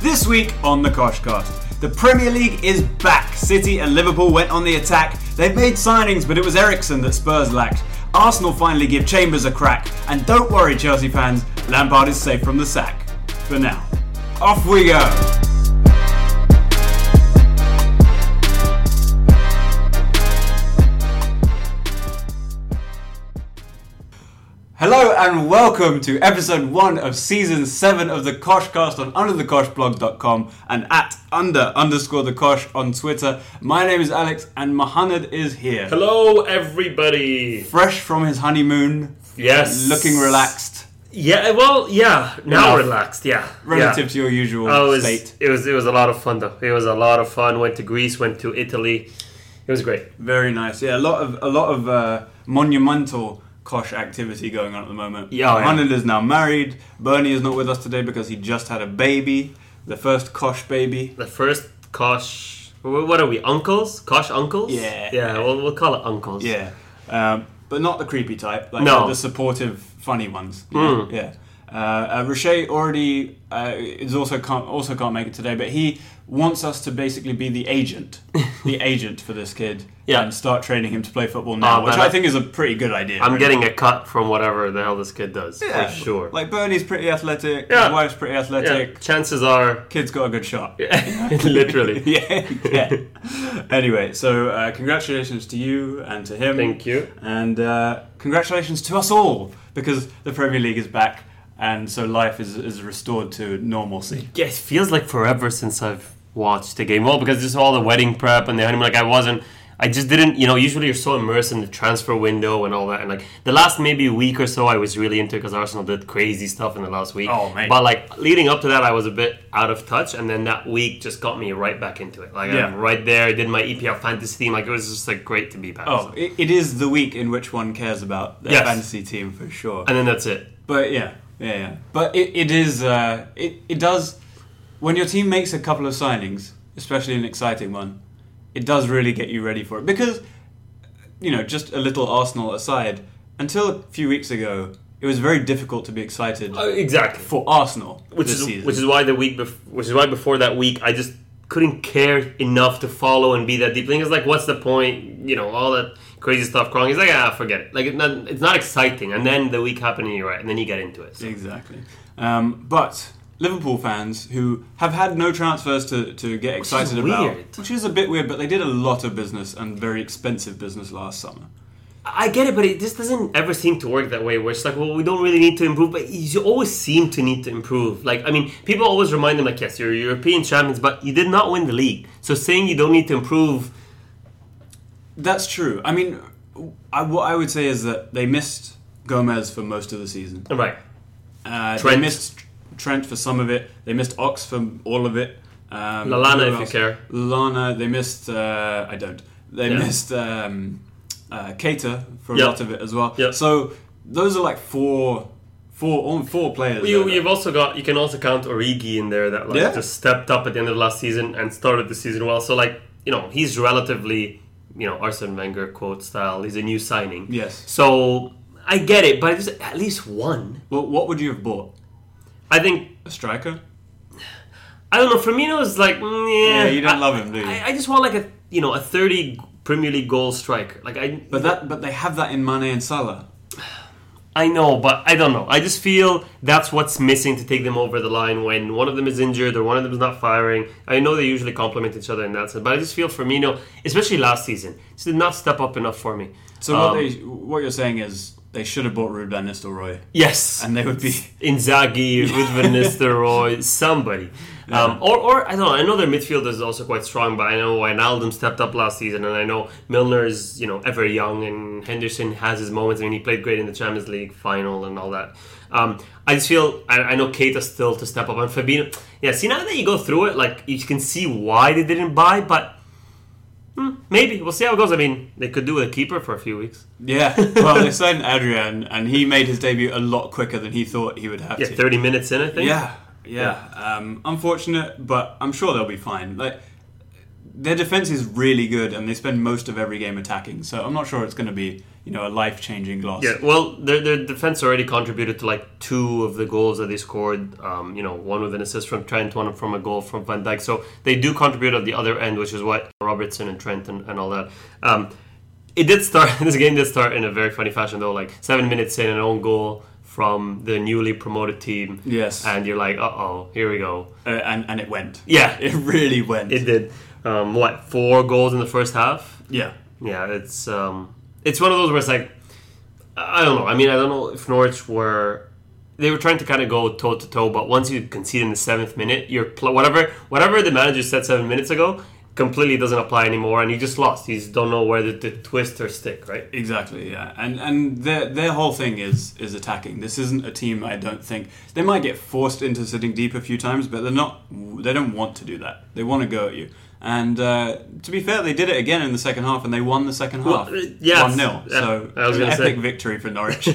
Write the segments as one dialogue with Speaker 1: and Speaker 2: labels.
Speaker 1: This week on the Koshcast, the Premier League is back. City and Liverpool went on the attack. They've made signings, but it was Ericsson that Spurs lacked. Arsenal finally give Chambers a crack. And don't worry, Chelsea fans, Lampard is safe from the sack. For now. Off we go. Hello and welcome to episode one of season seven of the Koshcast on underthekoshblog.com and at under underscore the Kosh on Twitter. My name is Alex and Mohammed is here.
Speaker 2: Hello, everybody.
Speaker 1: Fresh from his honeymoon,
Speaker 2: Yes.
Speaker 1: looking relaxed
Speaker 2: Yeah. Well, yeah. Now
Speaker 1: Enough.
Speaker 2: relaxed. Yeah.
Speaker 1: relative
Speaker 2: yeah.
Speaker 1: to your usual
Speaker 2: I was,
Speaker 1: state.
Speaker 2: Oh, It was. It was a lot of fun, though. It was a lot of fun. Went to Greece. Went to Italy. It was great.
Speaker 1: Very nice. Yeah, a lot of a lot of uh, monumental Kosh activity going on at the moment.
Speaker 2: Yeah, oh, yeah.
Speaker 1: Mohammed is now married. Bernie is not with us today because he just had a baby, the first Kosh baby.
Speaker 2: The first Kosh. wh- What are we? Uncles? Kosh uncles?
Speaker 1: Yeah.
Speaker 2: Yeah. We'll, we'll call it uncles.
Speaker 1: Yeah, um, but not the creepy type. Like
Speaker 2: No. Hmm.
Speaker 1: the supportive, funny ones. you know? Yeah. Uh, uh, Roche already uh, is also can't also can't make it today, but he wants us to basically be the agent, the agent for this kid,
Speaker 2: Yeah.
Speaker 1: and start training him to play football now,
Speaker 2: Oh,
Speaker 1: which
Speaker 2: man,
Speaker 1: I
Speaker 2: I-
Speaker 1: think is a pretty good idea.
Speaker 2: I'm
Speaker 1: really.
Speaker 2: getting a cut from whatever the hell this kid does
Speaker 1: Yeah.
Speaker 2: for sure.
Speaker 1: Like Bernie's pretty athletic,
Speaker 2: Yeah.
Speaker 1: his wife's pretty
Speaker 2: yeah,
Speaker 1: athletic,
Speaker 2: chances are,
Speaker 1: kid's got a good shot.
Speaker 2: literally.
Speaker 1: yeah, yeah. anyway, so uh, congratulations to you and to him.
Speaker 2: Thank you.
Speaker 1: And uh, congratulations to us all because the Premier League is back and so life is, is restored to normalcy.
Speaker 2: Yeah, it feels like forever since I've watched the game. Well, because just all the wedding prep and the honeymoon, like I wasn't. I just didn't, you know. Usually, you're so immersed in the transfer window and all that, and like the last maybe week or so, I was really into because Arsenal did crazy stuff in the last week.
Speaker 1: Oh, mate.
Speaker 2: But like leading up to that, I was a bit out of touch, and then that week just got me right back into it. Like
Speaker 1: Yeah.
Speaker 2: I'm right there. I did my EPL fantasy team. Like it was just like great to be back.
Speaker 1: Oh, it, it is the week in which one cares about their
Speaker 2: Yes.
Speaker 1: fantasy team for sure.
Speaker 2: and then that's it.
Speaker 1: But yeah, yeah, yeah. But it, it is, uh, it, it does, when your team makes a couple of signings, especially an exciting one, it does really get you ready for it. Because, you know, just a little Arsenal aside, until a few weeks ago, it was very difficult to be excited
Speaker 2: Uh, exactly.
Speaker 1: for Arsenal
Speaker 2: which
Speaker 1: this
Speaker 2: is
Speaker 1: season.
Speaker 2: which is why the week bef- which is why before that week I just couldn't care enough to follow and be that deep. Like, It's like what's the point? You know all that crazy stuff crawling. It's like ah forget it. Like it's not, it's not exciting. And then the week happened and you're right. And then you get into it. So.
Speaker 1: Exactly. Um, but Liverpool fans who have had no transfers to, to get excited about,
Speaker 2: weird.
Speaker 1: which is a bit weird, but they did a lot of business and very expensive business last summer.
Speaker 2: I get it, but it just doesn't ever seem to work that way. Where it's like, well, we don't really need to improve, but you always seem to need to improve. Like, I mean, people always remind them, like, yes, you're European champions, but you did not win the league. So saying you don't need to improve,
Speaker 1: That's true. I mean, I, what I would say is that they missed Gomez for most of the season.
Speaker 2: right?
Speaker 1: Uh, They
Speaker 2: Trent.
Speaker 1: missed Trent for some of it. They missed Ox for all of it. Um, who
Speaker 2: Lallana, if you
Speaker 1: else?
Speaker 2: care.
Speaker 1: Lallana. They missed. Uh, I don't. They
Speaker 2: Yeah.
Speaker 1: missed um, uh, Cater for a
Speaker 2: Yeah.
Speaker 1: lot of it as well.
Speaker 2: Yeah.
Speaker 1: So those are like four, four, all- four players.
Speaker 2: You,
Speaker 1: there.
Speaker 2: you've also got you can also count Origi in there that like
Speaker 1: Yeah.
Speaker 2: just stepped up at the end of last season and started the season well. So like you know he's relatively you know Arsene Wenger quote style. He's a new signing.
Speaker 1: Yes.
Speaker 2: So I get it, but just at least one.
Speaker 1: well, what would you have bought?
Speaker 2: I think
Speaker 1: A striker?
Speaker 2: I don't know. Firmino is like mm, yeah.
Speaker 1: Yeah, you don't
Speaker 2: I,
Speaker 1: love him, do you?
Speaker 2: I, I just want like a you know a thirty Premier League goal striker. Like I
Speaker 1: But that, but they have that in Mane and Salah.
Speaker 2: I know, but I don't know. I just feel that's what's missing to take them over the line when one of them is injured or one of them is not firing. I know they usually complement each other in that sense, but I just feel Firmino, especially last season, just did not step up enough for me.
Speaker 1: So
Speaker 2: Um,
Speaker 1: what they, what you're saying is they should have bought Ruben Nistelrooy,
Speaker 2: yes,
Speaker 1: and they would be.
Speaker 2: Inzaghi, Ruud van Nistelrooy, somebody. Um, or, or, I don't know, I know their midfield is also quite strong, but I know Wijnaldum stepped up last season, and I know Milner is, you know, ever young, and Henderson has his moments. I mean, he played great in the Champions League final and all that. Um, I just feel, I, I know Keita still to step up, and Fabinho. Yeah, see, now that you go through it, like, you can see why they didn't buy, but hmm, maybe. We'll see how it goes. I mean, they could do with a keeper for a few weeks.
Speaker 1: Yeah, well, they signed Adrian, and he made his debut a lot quicker than he thought he would have
Speaker 2: Yeah,
Speaker 1: to.
Speaker 2: 30 minutes in, I think.
Speaker 1: yeah, yeah. Um, unfortunate, but I'm sure they'll be fine. Like their defense is really good, and they spend most of every game attacking. So I'm not sure it's going to be you know a life changing loss.
Speaker 2: Yeah, well, their, their defense already contributed to like two of the goals that they scored. Um, you know, one with an assist from Trent, one from a goal from Van Dijk. So they do contribute at the other end, which is what Robertson and Trent and, and all that. Um, it did start. This game did start in a very funny fashion, though. Like seven minutes in, an own goal from the newly promoted team.
Speaker 1: Yes.
Speaker 2: and you're like, uh oh, here we go.
Speaker 1: Uh, and and it went.
Speaker 2: Yeah,
Speaker 1: It really went.
Speaker 2: it did. Um, what four goals in the first half?
Speaker 1: yeah.
Speaker 2: Yeah, it's um, it's one of those where it's like, I I don't know. I mean, I don't know if Norwich were they were trying to kind of go toe to toe, but once you concede in the seventh minute, you're pl- whatever whatever the manager said seven minutes ago completely doesn't apply anymore, and you just lost. You just don't know whether to twist or stick, right?
Speaker 1: Exactly, yeah, and and their their whole thing is is attacking. This isn't a team I don't think they might get forced into sitting deep a few times, but they're not. They don't want to do that. They want to go at you. And uh, to be fair, they did it again in the second half, and they won the second
Speaker 2: Well,
Speaker 1: half,
Speaker 2: uh, yes.
Speaker 1: one 0
Speaker 2: Yeah,
Speaker 1: So
Speaker 2: I was
Speaker 1: an
Speaker 2: gonna
Speaker 1: epic
Speaker 2: say.
Speaker 1: victory for Norwich.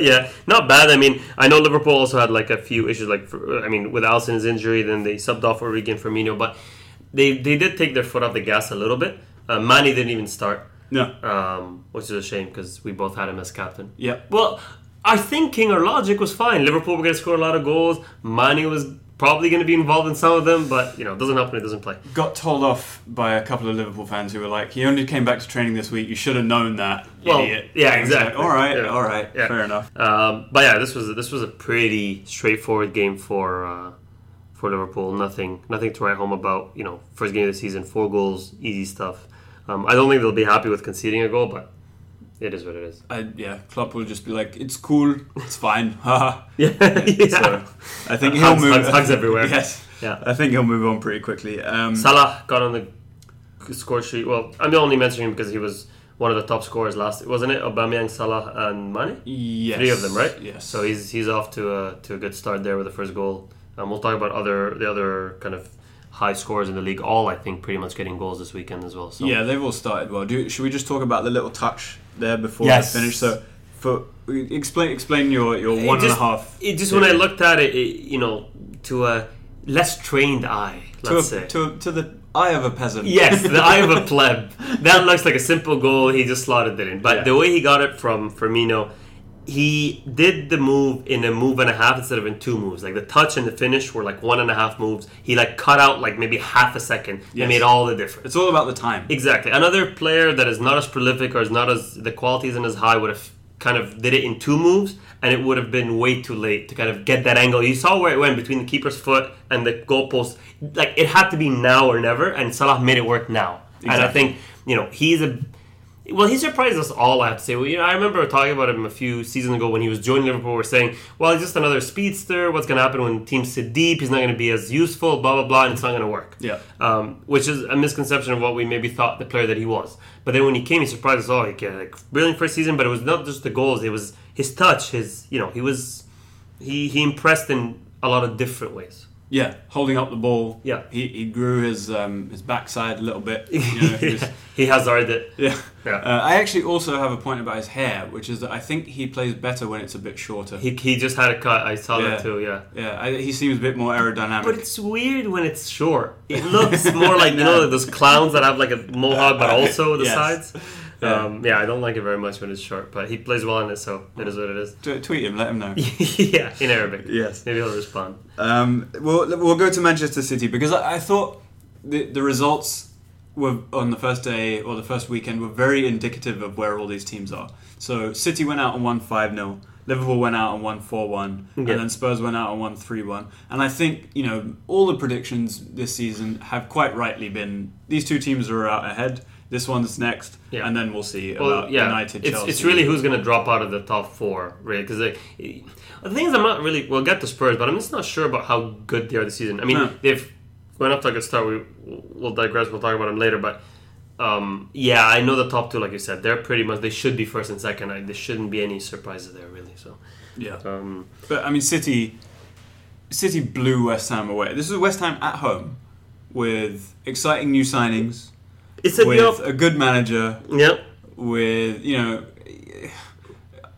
Speaker 2: yeah, not bad. I mean, I know Liverpool also had like a few issues. Like, for, I mean, with Alisson's injury, then they subbed off Origi and Firmino, but they they did take their foot off the gas a little bit. Uh, Manny didn't even start,
Speaker 1: no,
Speaker 2: um, which is a shame because we both had him as captain.
Speaker 1: yep,
Speaker 2: Well, our thinking, our logic was fine. Liverpool were going to score a lot of goals. Manny was probably going to be involved in some of them, but you know, it doesn't help when it doesn't play.
Speaker 1: got told off by a couple of Liverpool fans who were like, "He only came back to training this week. You should have known that,
Speaker 2: Well,
Speaker 1: idiot."
Speaker 2: yeah,
Speaker 1: And it's like,
Speaker 2: exactly.
Speaker 1: all right,
Speaker 2: Yeah.
Speaker 1: all right,
Speaker 2: Yeah.
Speaker 1: fair enough.
Speaker 2: Um, but yeah, this was this was a pretty straightforward game for uh, for Liverpool. Nothing nothing to write home about. You know, first game of the season, four goals, easy stuff. Um, I don't think they'll be happy with conceding a goal, but it is what it is.
Speaker 1: I, yeah, Klopp will just be like, "It's cool, it's fine." haha."
Speaker 2: Yeah,
Speaker 1: So I think he'll
Speaker 2: Hugs,
Speaker 1: move.
Speaker 2: hugs, hugs everywhere.
Speaker 1: yes,
Speaker 2: yeah.
Speaker 1: I think he'll move on pretty quickly. Um,
Speaker 2: Salah got on the score sheet. Well, I'm only mentioning him because he was one of the top scorers last, wasn't it? Aubameyang, Salah, and Mane.
Speaker 1: yes,
Speaker 2: three of them, right?
Speaker 1: Yes.
Speaker 2: So he's he's off to a to a good start there with the first goal. Um, we'll talk about other the other kind of high scores in the league. All I think pretty much getting goals this weekend as well. So
Speaker 1: yeah, they've all started well. Do should we just talk about the little touch there before
Speaker 2: Yes.
Speaker 1: the finish? So for explain explain your your
Speaker 2: It
Speaker 1: one and a
Speaker 2: just-
Speaker 1: half
Speaker 2: It just when I looked at it, it, you know, to a less trained eye,
Speaker 1: to a,
Speaker 2: let's say.
Speaker 1: to a, to the eye of a peasant.
Speaker 2: Yes, the eye of a pleb. That looks like a simple goal. He just slotted it in. But
Speaker 1: Yeah.
Speaker 2: the way he got it from Firmino, he did the move in a move and a half instead of in two moves. Like the touch and the finish were like one and a half moves. He like cut out like maybe half a second. It
Speaker 1: Yes.
Speaker 2: made all the difference.
Speaker 1: it's all about the time.
Speaker 2: Exactly. Another player that is not as prolific or is not as the quality isn't as high would have kind of did it in two moves and it would have been way too late to kind of get that angle. You saw where it went between the keeper's foot and the goalpost. Like it had to be now or never and Salah made it work now. And I
Speaker 1: Exactly.
Speaker 2: think, you know, he's a well, he surprised us all. I have to say. Well, you know, I remember talking about him a few seasons ago when he was joining Liverpool. We're saying, well, he's just another speedster. What's going to happen when teams sit deep? He's not going to be as useful. Blah blah blah, and it's not going to work.
Speaker 1: Yeah.
Speaker 2: Um, which is a misconception of what we maybe thought the player that he was. But then when he came, he surprised us all. He had like brilliant first season, but it was not just the goals. It was his touch. His you know he was he he impressed in a lot of different ways.
Speaker 1: Yeah, holding up the ball.
Speaker 2: Yeah.
Speaker 1: he, he grew his um, his backside a little bit. You know, he was-
Speaker 2: he hazarded it.
Speaker 1: yeah.
Speaker 2: Yeah.
Speaker 1: Uh, I actually also have a point about his hair, which is that I think he plays better when it's a bit shorter.
Speaker 2: He, he just had a cut. I saw
Speaker 1: Yeah.
Speaker 2: that too. Yeah.
Speaker 1: yeah, I, he seems a bit more aerodynamic.
Speaker 2: But it's weird when it's short. It looks more like you know those clowns that have like a mohawk, but also the
Speaker 1: Yes.
Speaker 2: sides.
Speaker 1: Yeah.
Speaker 2: Um, yeah, I don't like it very much when it's short. But he plays well in it, so it is what it is.
Speaker 1: T- tweet him, let him know.
Speaker 2: yeah, in Arabic.
Speaker 1: Yes.
Speaker 2: maybe he'll respond.
Speaker 1: Um, we'll, we'll go to Manchester City because I, I thought the, the results were on the first day or the first weekend were very indicative of where all these teams are. So City went out and won 5 0. Liverpool went out and won 4 1. And
Speaker 2: Yeah.
Speaker 1: then Spurs went out and won 3 1. And I think, you know, all the predictions this season have quite rightly been these two teams are out ahead. This one's next.
Speaker 2: Yeah.
Speaker 1: And then we'll see
Speaker 2: Well,
Speaker 1: about
Speaker 2: yeah,
Speaker 1: United,
Speaker 2: it's,
Speaker 1: Chelsea.
Speaker 2: it's really who's going to drop out of the top four, really. Because the thing is, I'm not really. We'll get to Spurs, but I'm just not sure about how good they are this season. I mean,
Speaker 1: No.
Speaker 2: they've went up to a good start. We we'll digress. We'll talk about them later, but. Um, yeah, I know the top two, like you said, they're pretty much they should be first and second. I, there shouldn't be any surprises there, really. So,
Speaker 1: Yeah.
Speaker 2: um,
Speaker 1: But I mean, City, City blew West Ham away. This is West Ham at home with exciting new signings,
Speaker 2: it's a
Speaker 1: with
Speaker 2: deal.
Speaker 1: a good manager,
Speaker 2: Yeah,
Speaker 1: with you know,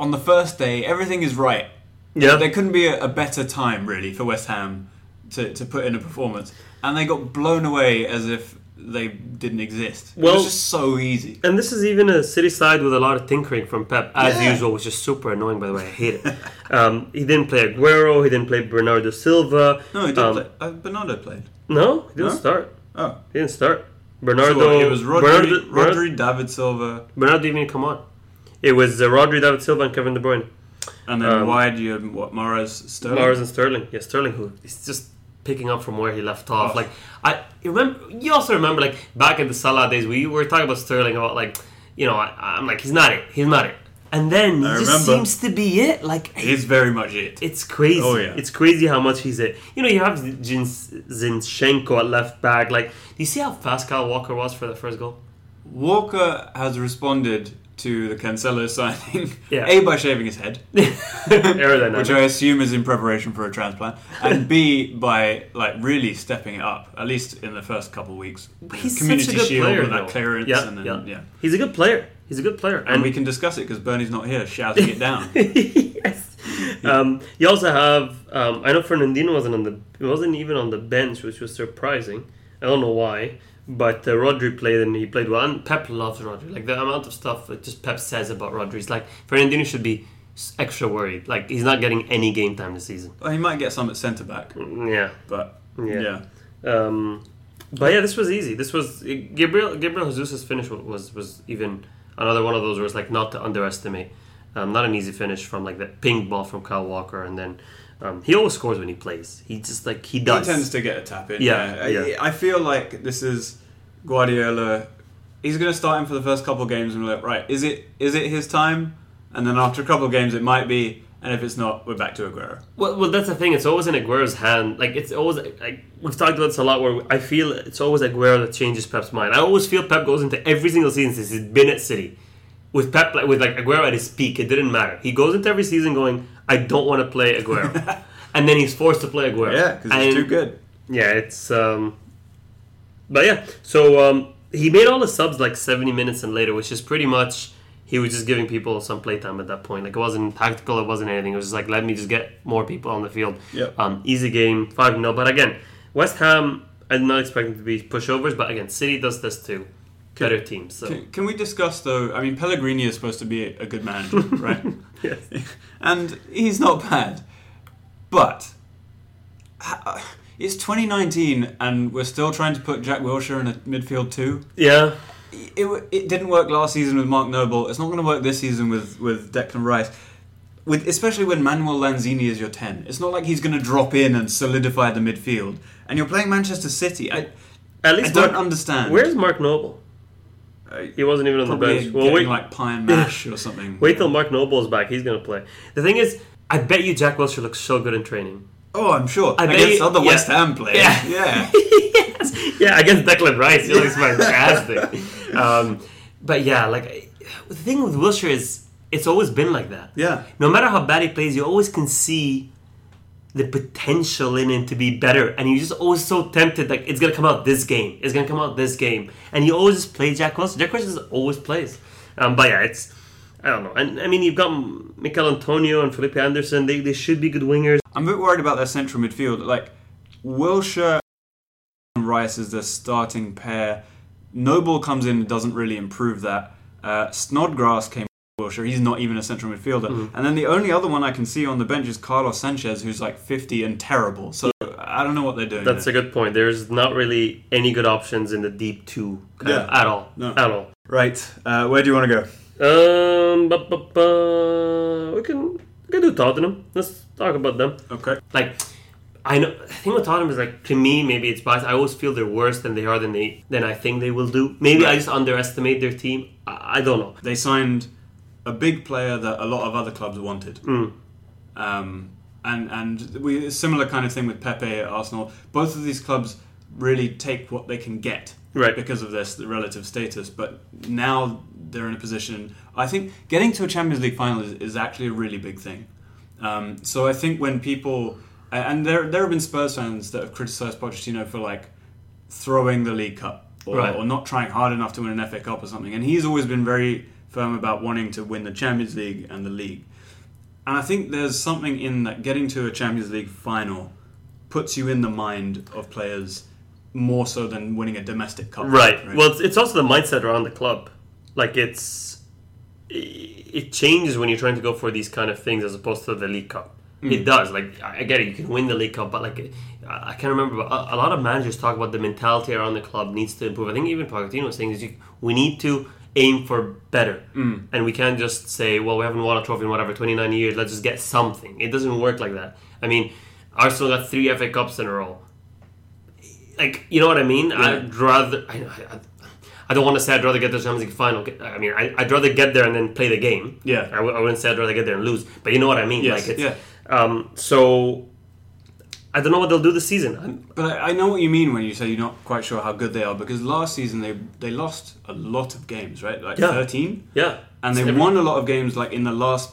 Speaker 1: on the first day everything is right.
Speaker 2: yeah.
Speaker 1: There couldn't be a, a better time really for West Ham to, to put in a performance, and they got blown away as if they didn't exist. it
Speaker 2: Well-
Speaker 1: was just so easy.
Speaker 2: And this is even a city side with a lot of tinkering from Pep, as
Speaker 1: Yeah.
Speaker 2: usual, which is super annoying, by the way. I hate it. um, he didn't play Aguero, he didn't play Bernardo Silva.
Speaker 1: No, he did
Speaker 2: Um,
Speaker 1: play. Uh, Bernardo played.
Speaker 2: No, he didn't
Speaker 1: No?
Speaker 2: start.
Speaker 1: Oh,
Speaker 2: He didn't start.
Speaker 1: so
Speaker 2: Bernardo.
Speaker 1: it was
Speaker 2: Bernardo,
Speaker 1: Rodri,
Speaker 2: Bernardo-
Speaker 1: Rodri, David Silva,
Speaker 2: Bernardo didn't even come on. It was uh, Rodri, David Silva, and Kevin De Bruyne.
Speaker 1: and then
Speaker 2: Um,
Speaker 1: wide you had what Morris Sterling.
Speaker 2: Mars and Sterling. Yeah, Sterling, who is just picking up from where he left off.
Speaker 1: Oh.
Speaker 2: Like I you remember, you also remember like back in the Salah days, we were talking about Sterling about like, you know, I, I'm like he's not it, he's not it, and then he
Speaker 1: I
Speaker 2: just
Speaker 1: remember.
Speaker 2: seems to be it. Like
Speaker 1: He's very much it.
Speaker 2: it's crazy.
Speaker 1: Oh, yeah.
Speaker 2: It's crazy how much he's it. You know, you have Zin- Zinchenko at left back. Like, do you see how fast Kyle Walker was for the first goal?
Speaker 1: Walker has responded to the Cancelo signing.
Speaker 2: Yeah.
Speaker 1: A by shaving his head,
Speaker 2: Aerodynamic.
Speaker 1: which I assume is in preparation for a transplant, and B by like really stepping it up, at least in the first couple weeks.
Speaker 2: He's
Speaker 1: Community
Speaker 2: such a good
Speaker 1: Shield
Speaker 2: player.
Speaker 1: with that
Speaker 2: though.
Speaker 1: clearance,
Speaker 2: yeah,
Speaker 1: and then
Speaker 2: yeah.
Speaker 1: yeah.
Speaker 2: he's a good player. He's a good player,
Speaker 1: And, we can discuss it because Bernie's not here shouting it down.
Speaker 2: yes. Um, you also have. Um, I know Fernandino wasn't on the. He wasn't even on the bench, which was surprising. I don't know why, but uh, Rodri played and he played well. And Pep loves Rodri. Like the amount of stuff that just Pep says about Rodri is like Fernandino should be s- extra worried. Like he's not getting any game time this season.
Speaker 1: Well, he might get some at centre back,
Speaker 2: Yeah.
Speaker 1: but
Speaker 2: Yeah.
Speaker 1: yeah.
Speaker 2: Um, but yeah, this was easy. This was Gabriel. Gabriel Jesus's finish wa- was was even another one of those where it's like not to underestimate. Um, not an easy finish from like that ping ball from Kyle Walker, and then um, he always scores when he plays. He just like he does.
Speaker 1: He tends to get a tap in.
Speaker 2: Yeah,
Speaker 1: I,
Speaker 2: yeah.
Speaker 1: I feel like this is Guardiola. He's going to start him for the first couple of games and be like, right, is it is it his time? And then after a couple of games, it might be. And if it's not, we're back to Aguero.
Speaker 2: Well, well, that's the thing. It's always in Aguero's hand. Like it's always like we've talked about this a lot. Where I feel it's always Aguero that changes Pep's mind. I always feel Pep goes into every single season since he's been at City with Pep, like, with like Aguero at his peak. It didn't matter. He goes into every season going, I don't want to play Aguero, and then he's forced to play Aguero.
Speaker 1: Yeah, because
Speaker 2: And-
Speaker 1: he's too good.
Speaker 2: Yeah, it's um, but yeah. So um, he made all the subs like seventy minutes and later, which is pretty much. He was just giving people some playtime at that point. Like it wasn't tactical, it wasn't anything. It was just like let me just get more people on the field.
Speaker 1: Yep.
Speaker 2: Um, easy game, 5 0. But again, West Ham, I'm not expecting to be pushovers, but again, City does this too. Better teams. So.
Speaker 1: Can, can we discuss though? I mean, Pellegrini is supposed to be a good manager, right?
Speaker 2: Yes.
Speaker 1: and he's not bad, but ha- it's 2019 and we're still trying to put Jack Wilshere in a midfield two.
Speaker 2: Yeah.
Speaker 1: It, w- it didn't work last season with Mark Noble. It's not going to work this season with with Declan Rice. With especially when Manuel Lanzini is your ten, it's not like he's going to drop in and solidify the midfield. And you're playing Manchester City. I,
Speaker 2: At
Speaker 1: I
Speaker 2: least
Speaker 1: don't
Speaker 2: Mark,
Speaker 1: understand.
Speaker 2: Where's Mark Noble?
Speaker 1: Uh,
Speaker 2: He wasn't even on the
Speaker 1: probably
Speaker 2: bench.
Speaker 1: getting
Speaker 2: Well, wait,
Speaker 1: like pie and mash or something?
Speaker 2: wait till Mark Noble's back. He's going to play. The thing is, I bet you Jack Wilshere looks so good in training.
Speaker 1: Oh, I'm sure.
Speaker 2: I bet
Speaker 1: Against
Speaker 2: you-
Speaker 1: other
Speaker 2: yeah.
Speaker 1: West Ham players.
Speaker 2: Yeah.
Speaker 1: Yeah.
Speaker 2: yes. Yeah, against Declan Rice, he looks fantastic. um, but yeah, like I- the thing with Wilshire is it's always been like that.
Speaker 1: Yeah.
Speaker 2: No matter how bad he plays, you always can see the potential in him to be better, and you're just always so tempted. Like it's gonna come out this game, it's gonna come out this game, and you always just play Jack Wilson. Jack Wilson just always plays. Um, but yeah, it's. I don't know. And I mean, you've got Mikel Antonio and Felipe Anderson. They, they should be good wingers.
Speaker 1: I'm a bit worried about their central midfield. Like, Wilshire and Rice is their starting pair. Noble comes in and doesn't really improve that. Uh, Snodgrass came for Wilshire. He's not even a central midfielder. And then the only other one I can see on the bench is Carlos Sanchez, who's like 50 and terrible. So I don't know what they're doing.
Speaker 2: That's a
Speaker 1: there.
Speaker 2: good point. There's not really any good options in the deep two kind of,
Speaker 1: Yeah.
Speaker 2: at all.
Speaker 1: No.
Speaker 2: At all.
Speaker 1: right. Uh, where do you want to go?
Speaker 2: Um, bu- bu- bu- we can we can do Tottenham. Let's talk about them.
Speaker 1: Okay.
Speaker 2: Like, I know. I think with Tottenham is like to me maybe it's biased. I always feel they're worse than they are than they than I think they will do. Maybe I just underestimate their team. I, I don't know.
Speaker 1: They signed a big player that a lot of other clubs wanted. Um, and and we similar kind of thing with Pepe at Arsenal. Both of these clubs really take what they can get
Speaker 2: Right.
Speaker 1: because of their s- relative status. But now they're in a position. I think getting to a Champions League final is, is actually a really big thing. Um, so I think when people a- and there there have been Spurs fans that have criticised Pochettino for like throwing the League Cup or,
Speaker 2: Right.
Speaker 1: or not trying hard enough to win an FA Cup or something. And he's always been very firm about wanting to win the Champions League and the league. And I think there's something in that getting to a Champions League final puts you in the mind of players more so than winning a domestic cup.
Speaker 2: Right. Well, it's, it's also the mindset around the club. Like it's i- it changes when you're trying to go for these kind of things as opposed to the League Cup. It does. Like I I get it, you can win the League Cup, but like I I can't remember. But a, a lot of managers talk about the mentality around the club needs to improve. I think even Pochettino was saying is you, we need to aim for better, and we can't just say, well, we haven't won a trophy in whatever 29 years. Let's just get something. It doesn't work like that. I mean, Arsenal got three FA Cups in a row like you know what I mean. I'd rather I, I, I don't want to say I'd rather get to the Champions League final. I mean, I, I'd rather get there and then play the game.
Speaker 1: Yeah.
Speaker 2: I, w- I wouldn't say I'd rather get there and lose, but you know what I mean.
Speaker 1: Yes,
Speaker 2: Like it's, Um. So I don't know what they'll do this season. I'm,
Speaker 1: But I, I know what you mean when you say you're not quite sure how good they are because last season they they lost a lot of games, right? Like
Speaker 2: Yeah.
Speaker 1: 13.
Speaker 2: yeah,
Speaker 1: And
Speaker 2: It's
Speaker 1: they
Speaker 2: every-
Speaker 1: won a lot of games like in the last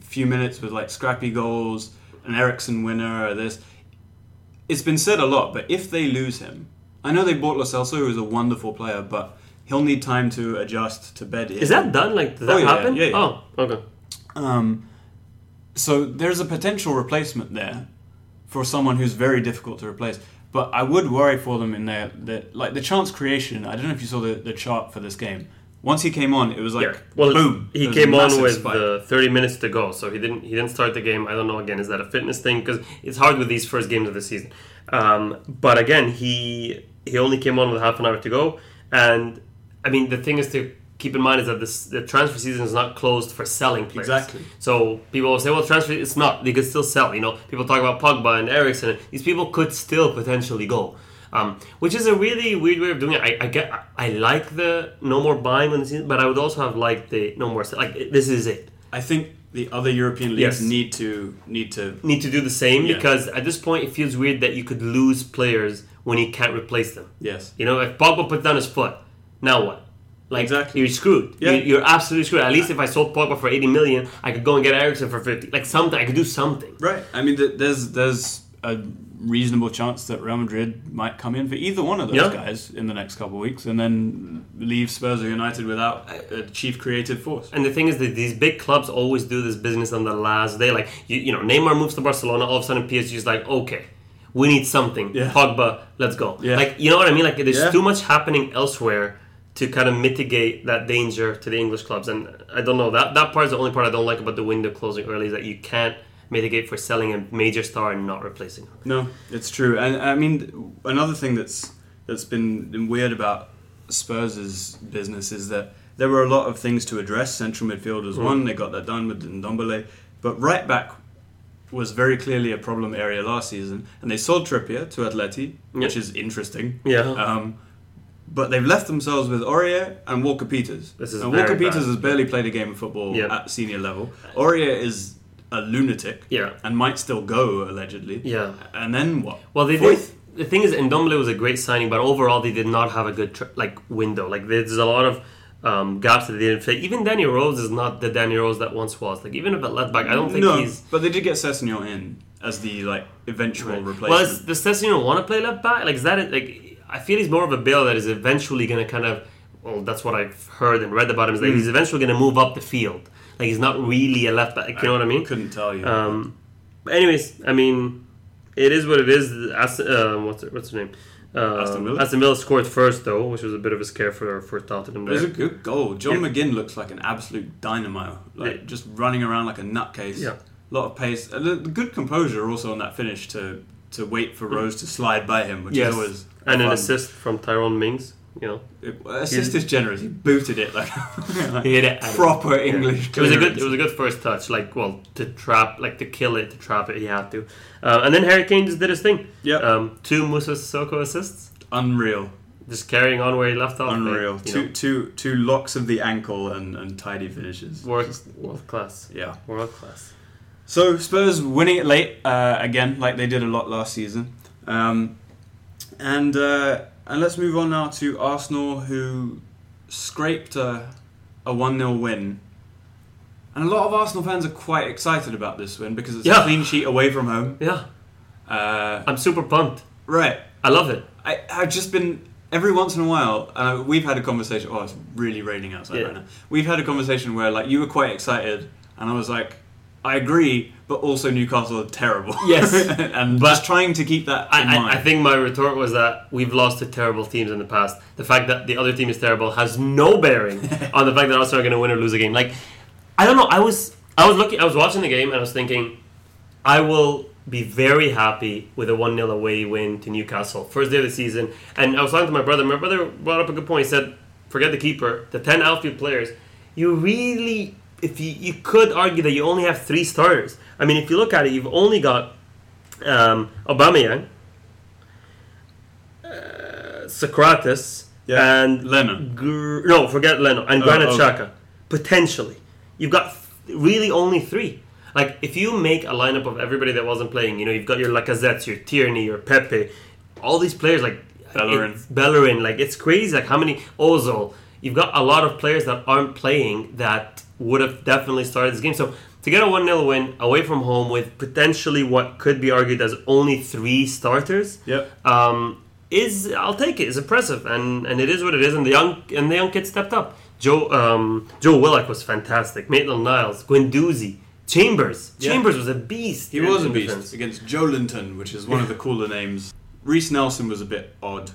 Speaker 1: few minutes with like scrappy goals, an Ericsson winner, or this. It's been said a lot, but if they lose him, I know they bought Lo Celso, who's a wonderful player, but he'll need time to adjust to bed in.
Speaker 2: Is that done? Like did
Speaker 1: Oh,
Speaker 2: that
Speaker 1: yeah,
Speaker 2: happen?
Speaker 1: yeah, yeah.
Speaker 2: Oh, okay.
Speaker 1: Um, so there's a potential replacement there for someone who's very difficult to replace. But I would worry for them in their, their like the chance creation. I don't know if you saw the, the chart for this game. Once he came on, it was like
Speaker 2: yeah. Well,
Speaker 1: boom.
Speaker 2: he
Speaker 1: There was a
Speaker 2: came on
Speaker 1: massive
Speaker 2: with
Speaker 1: spike.
Speaker 2: uh, 30 minutes to go, so he didn't he didn't start the game. I don't know again is that a fitness thing because it's hard with these first games of the season. Um, but again, he he only came on with half an hour to go, and I mean the thing is to keep in mind is that this the transfer season is not closed for selling players.
Speaker 1: Exactly.
Speaker 2: So people will say, well, transfer it's not. They could still sell. You know, people talk about Pogba and Ericsson. These people could still potentially go. Um, which is a really weird way of doing it. I, I get, I, I like the no more buying when the season, but I would also have liked the no more. sell- Like it- this is it.
Speaker 1: I think the other European leagues
Speaker 2: Yes.
Speaker 1: need to need to.
Speaker 2: Need to do the same
Speaker 1: Yeah.
Speaker 2: because at this point it feels weird that you could lose players when you can't replace them.
Speaker 1: Yes.
Speaker 2: You know, if Pogba put down his foot, now what? Like
Speaker 1: Exactly.
Speaker 2: you're screwed.
Speaker 1: Yeah.
Speaker 2: You're, you're absolutely screwed. At least if I sold Pogba for 80 million, I could go and get Ericsson for 50. Like something, I could do something.
Speaker 1: Right. I mean, th- there's there's a reasonable chance that Real Madrid might come in for either one of those
Speaker 2: Yeah.
Speaker 1: guys in the next couple of weeks, and then leave Spurs or United without a a chief creative force.
Speaker 2: And the thing is that these big clubs always do this business on the last day. Like you, you know, Neymar moves to Barcelona. All of a sudden, PSG is like, okay, we need something.
Speaker 1: Yeah.
Speaker 2: Pogba, let's go.
Speaker 1: Yeah.
Speaker 2: Like you know what I mean? Like there's
Speaker 1: Yeah.
Speaker 2: too much happening elsewhere to kind of mitigate that danger to the English clubs. And I don't know that that part is the only part I don't like about the window closing early is that you can't mitigate for selling a major star and not replacing him.
Speaker 1: No, it's true, and I mean another thing that's that's been weird about Spurs' business is that there were a lot of things to address. Central midfield
Speaker 2: Mm.
Speaker 1: was one; they got that done with Ndombele, but right back was very clearly a problem area last season, and they sold Trippier to Atleti, which is interesting.
Speaker 2: Yeah.
Speaker 1: Um, but they've left themselves with Aurier and Walker Peters.
Speaker 2: This is
Speaker 1: and
Speaker 2: very
Speaker 1: Walker Peters
Speaker 2: bad.
Speaker 1: has barely played a game of football
Speaker 2: Yeah.
Speaker 1: at senior level. Aurier is a lunatic
Speaker 2: Yeah.
Speaker 1: and might still go allegedly.
Speaker 2: Yeah.
Speaker 1: And then what?
Speaker 2: Well, they did.
Speaker 1: Fourth?
Speaker 2: The thing is, Ndombele was a great signing, but overall they did not have a good tr like window. Like there's a lot of um, gaps that they didn't fit. Even Danny Rose is not the Danny Rose that once was. Like even if at left back, I don't think
Speaker 1: no,
Speaker 2: he's.
Speaker 1: but they did get Sessegnon in as the like eventual replacement.
Speaker 2: Well, is, does Sessegnon want to play left back? Like is that it? Like I feel he's more of a Bale that is eventually going to kind of. Well, that's what I've heard and read about him. Is that
Speaker 1: Mm.
Speaker 2: he's eventually going to move up the field. Like he's not really a left back. You know what I mean?
Speaker 1: couldn't tell you.
Speaker 2: Um, but anyways, I mean, it is what it is. Aston, uh, what's her, what's her name? Um,
Speaker 1: Aston Villa?
Speaker 2: Aston Villa scored first though, which was a bit of a scare for for Tottenham.
Speaker 1: it was a
Speaker 2: There.
Speaker 1: good goal. John
Speaker 2: Yeah.
Speaker 1: McGinn looks like an absolute dynamo, like
Speaker 2: Yeah.
Speaker 1: just running around like a nutcase.
Speaker 2: Yeah.
Speaker 1: lot of pace. And the, the good composure also on that finish to to wait for Rose to slide by him, which
Speaker 2: Mm. Yes.
Speaker 1: is always
Speaker 2: And an
Speaker 1: fun.
Speaker 2: assist from Tyrone Mings. You know,
Speaker 1: It- assist is generous. He booted it like
Speaker 2: He hit it out of-
Speaker 1: proper
Speaker 2: Yeah.
Speaker 1: English.
Speaker 2: It was a good,
Speaker 1: clearance.
Speaker 2: it was a good first touch. Like, well, to trap, like to kill it, to trap it, he had to. Uh, and then Harry Kane just did his thing.
Speaker 1: Yep.
Speaker 2: Um, two Musa Sissoko assists,
Speaker 1: unreal.
Speaker 2: just carrying on where he left off.
Speaker 1: Unreal.
Speaker 2: Oh, You
Speaker 1: Two, two, two locks of the ankle and, and tidy finishes.
Speaker 2: know, world, world class.
Speaker 1: Yeah.
Speaker 2: World class.
Speaker 1: So Spurs winning it late uh, again, like they did a lot last season. Um, and uh, and let's move on now to Arsenal, who scraped a a one 0 win. And a lot of Arsenal fans are quite excited about this win because it's a
Speaker 2: Yeah.
Speaker 1: clean sheet away from home.
Speaker 2: Yeah,
Speaker 1: Uh,
Speaker 2: I'm super pumped.
Speaker 1: right.
Speaker 2: I love it.
Speaker 1: I, I've just been every once in a while. Uh, we've had a conversation. Oh, it's really raining outside
Speaker 2: Yeah.
Speaker 1: right now. We've had a conversation where like you were quite excited, and I was like, I agree, but also Newcastle are terrible.
Speaker 2: Yes.
Speaker 1: and
Speaker 2: But-
Speaker 1: just trying to keep that in
Speaker 2: I, I,
Speaker 1: mind.
Speaker 2: I think my retort was that we've lost to terrible teams in the past. The fact that the other team is terrible has no bearing on the fact that Arsenal are going to win or lose a game. Like, I don't know. I was I was looking. I was watching the game and I was thinking, I will be very happy with a one 0 away win to Newcastle first day of the season. And I was talking to my brother. My brother brought up a good point. He said, forget the keeper, the ten outfield players. You really, if you you could argue that you only have three starters. I mean, if you look at it, you've only got um, Aubameyang, uh, Socrates,
Speaker 1: Yeah.
Speaker 2: and
Speaker 1: Lennon.
Speaker 2: Gr- no, forget Leno and
Speaker 1: Oh,
Speaker 2: Granit
Speaker 1: okay.
Speaker 2: Xhaka. Potentially, you've got th- really only three. Like if you make a lineup of everybody that wasn't playing, you know, you've got your Lacazettes, your Tierney, your Pepe, all these players like
Speaker 1: Bellerin.
Speaker 2: it's- Bellerin. Like it's crazy. Like how many Ozil? You've got a lot of players that aren't playing that would have definitely started this game. So to get a one 0 win away from home with potentially what could be argued as only three starters,
Speaker 1: Yep.
Speaker 2: um, is I'll take it. It's impressive, and and it is what it is. And the young and the young kid stepped up. Joe um, Joe Willock was fantastic. Maitland Niles, Gwendouzi, Chambers.
Speaker 1: Yeah.
Speaker 2: Chambers was a beast.
Speaker 1: He
Speaker 2: in-
Speaker 1: was a
Speaker 2: in
Speaker 1: beast
Speaker 2: defense.
Speaker 1: against Jolinton, which is one of the cooler names. Reese Nelson was a bit odd.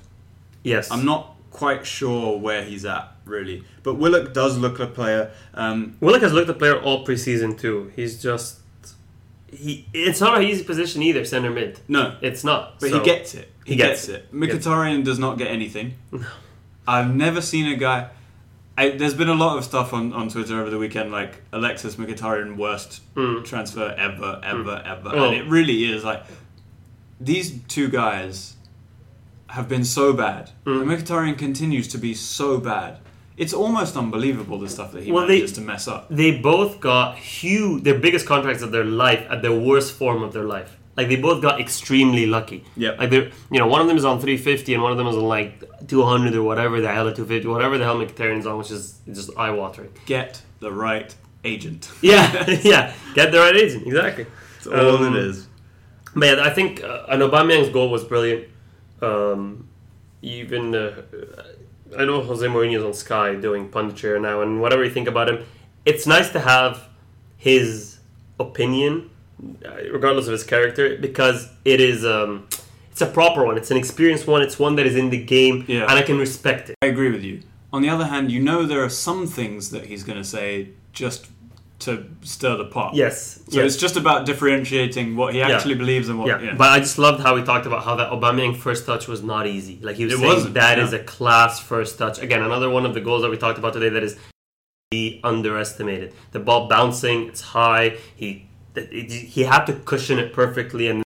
Speaker 2: Yes,
Speaker 1: I'm not quite sure where he's at really, but Willock does look a player. Um,
Speaker 2: Willock has looked at player all preseason too. He's just he. It's not an easy position either, center mid.
Speaker 1: no,
Speaker 2: It's not.
Speaker 1: but
Speaker 2: So-
Speaker 1: he gets it. He,
Speaker 2: He
Speaker 1: gets,
Speaker 2: gets
Speaker 1: it. Mkhitaryan does not get anything. I've never seen a guy. I, there's been a lot of stuff on, on Twitter over the weekend, like Alexis Mkhitaryan worst
Speaker 2: Mm.
Speaker 1: transfer ever, ever, ever,
Speaker 2: Well-
Speaker 1: and it really is like these two guys have been so bad.
Speaker 2: Mm.
Speaker 1: And Mkhitaryan continues to be so bad. It's almost unbelievable the stuff that he
Speaker 2: Well, they-
Speaker 1: manages to mess up.
Speaker 2: they both got huge their biggest contracts of their life at their worst form of their life. Like they both got extremely lucky.
Speaker 1: Yep.
Speaker 2: Like they're you know, one of them is on three fifty and one of them is on like two hundred or whatever the hell two fifty, whatever the hell McTarion's on, which is just eye watering.
Speaker 1: Get the right agent.
Speaker 2: Yeah, yeah. Get the right agent, exactly.
Speaker 1: That's all it
Speaker 2: Um,
Speaker 1: is.
Speaker 2: Man, I think uh, an Aubameyang's goal was brilliant. Um, even uh, I know Jose Mourinho's on Sky doing punditry now, and whatever you think about him, it's nice to have his opinion, uh, regardless of his character, because it is um, it's a proper one. It's an experienced one. It's one that is in the game,
Speaker 1: Yeah.
Speaker 2: and I can respect it.
Speaker 1: I agree with you. On the other hand, you know there are some things that he's going to say just to stir the pot.
Speaker 2: Yes.
Speaker 1: So
Speaker 2: yes.
Speaker 1: it's just about differentiating what he actually believes and what.
Speaker 2: Yeah, but I just loved how he talked about how that Aubameyang first touch was not easy. Like he was
Speaker 1: It
Speaker 2: saying,
Speaker 1: wasn't,
Speaker 2: that
Speaker 1: yeah.
Speaker 2: is a class first touch. Again, another one of the goals that we talked about today that is be underestimated. The ball bouncing, it's high. He that- it- he had to cushion it perfectly, and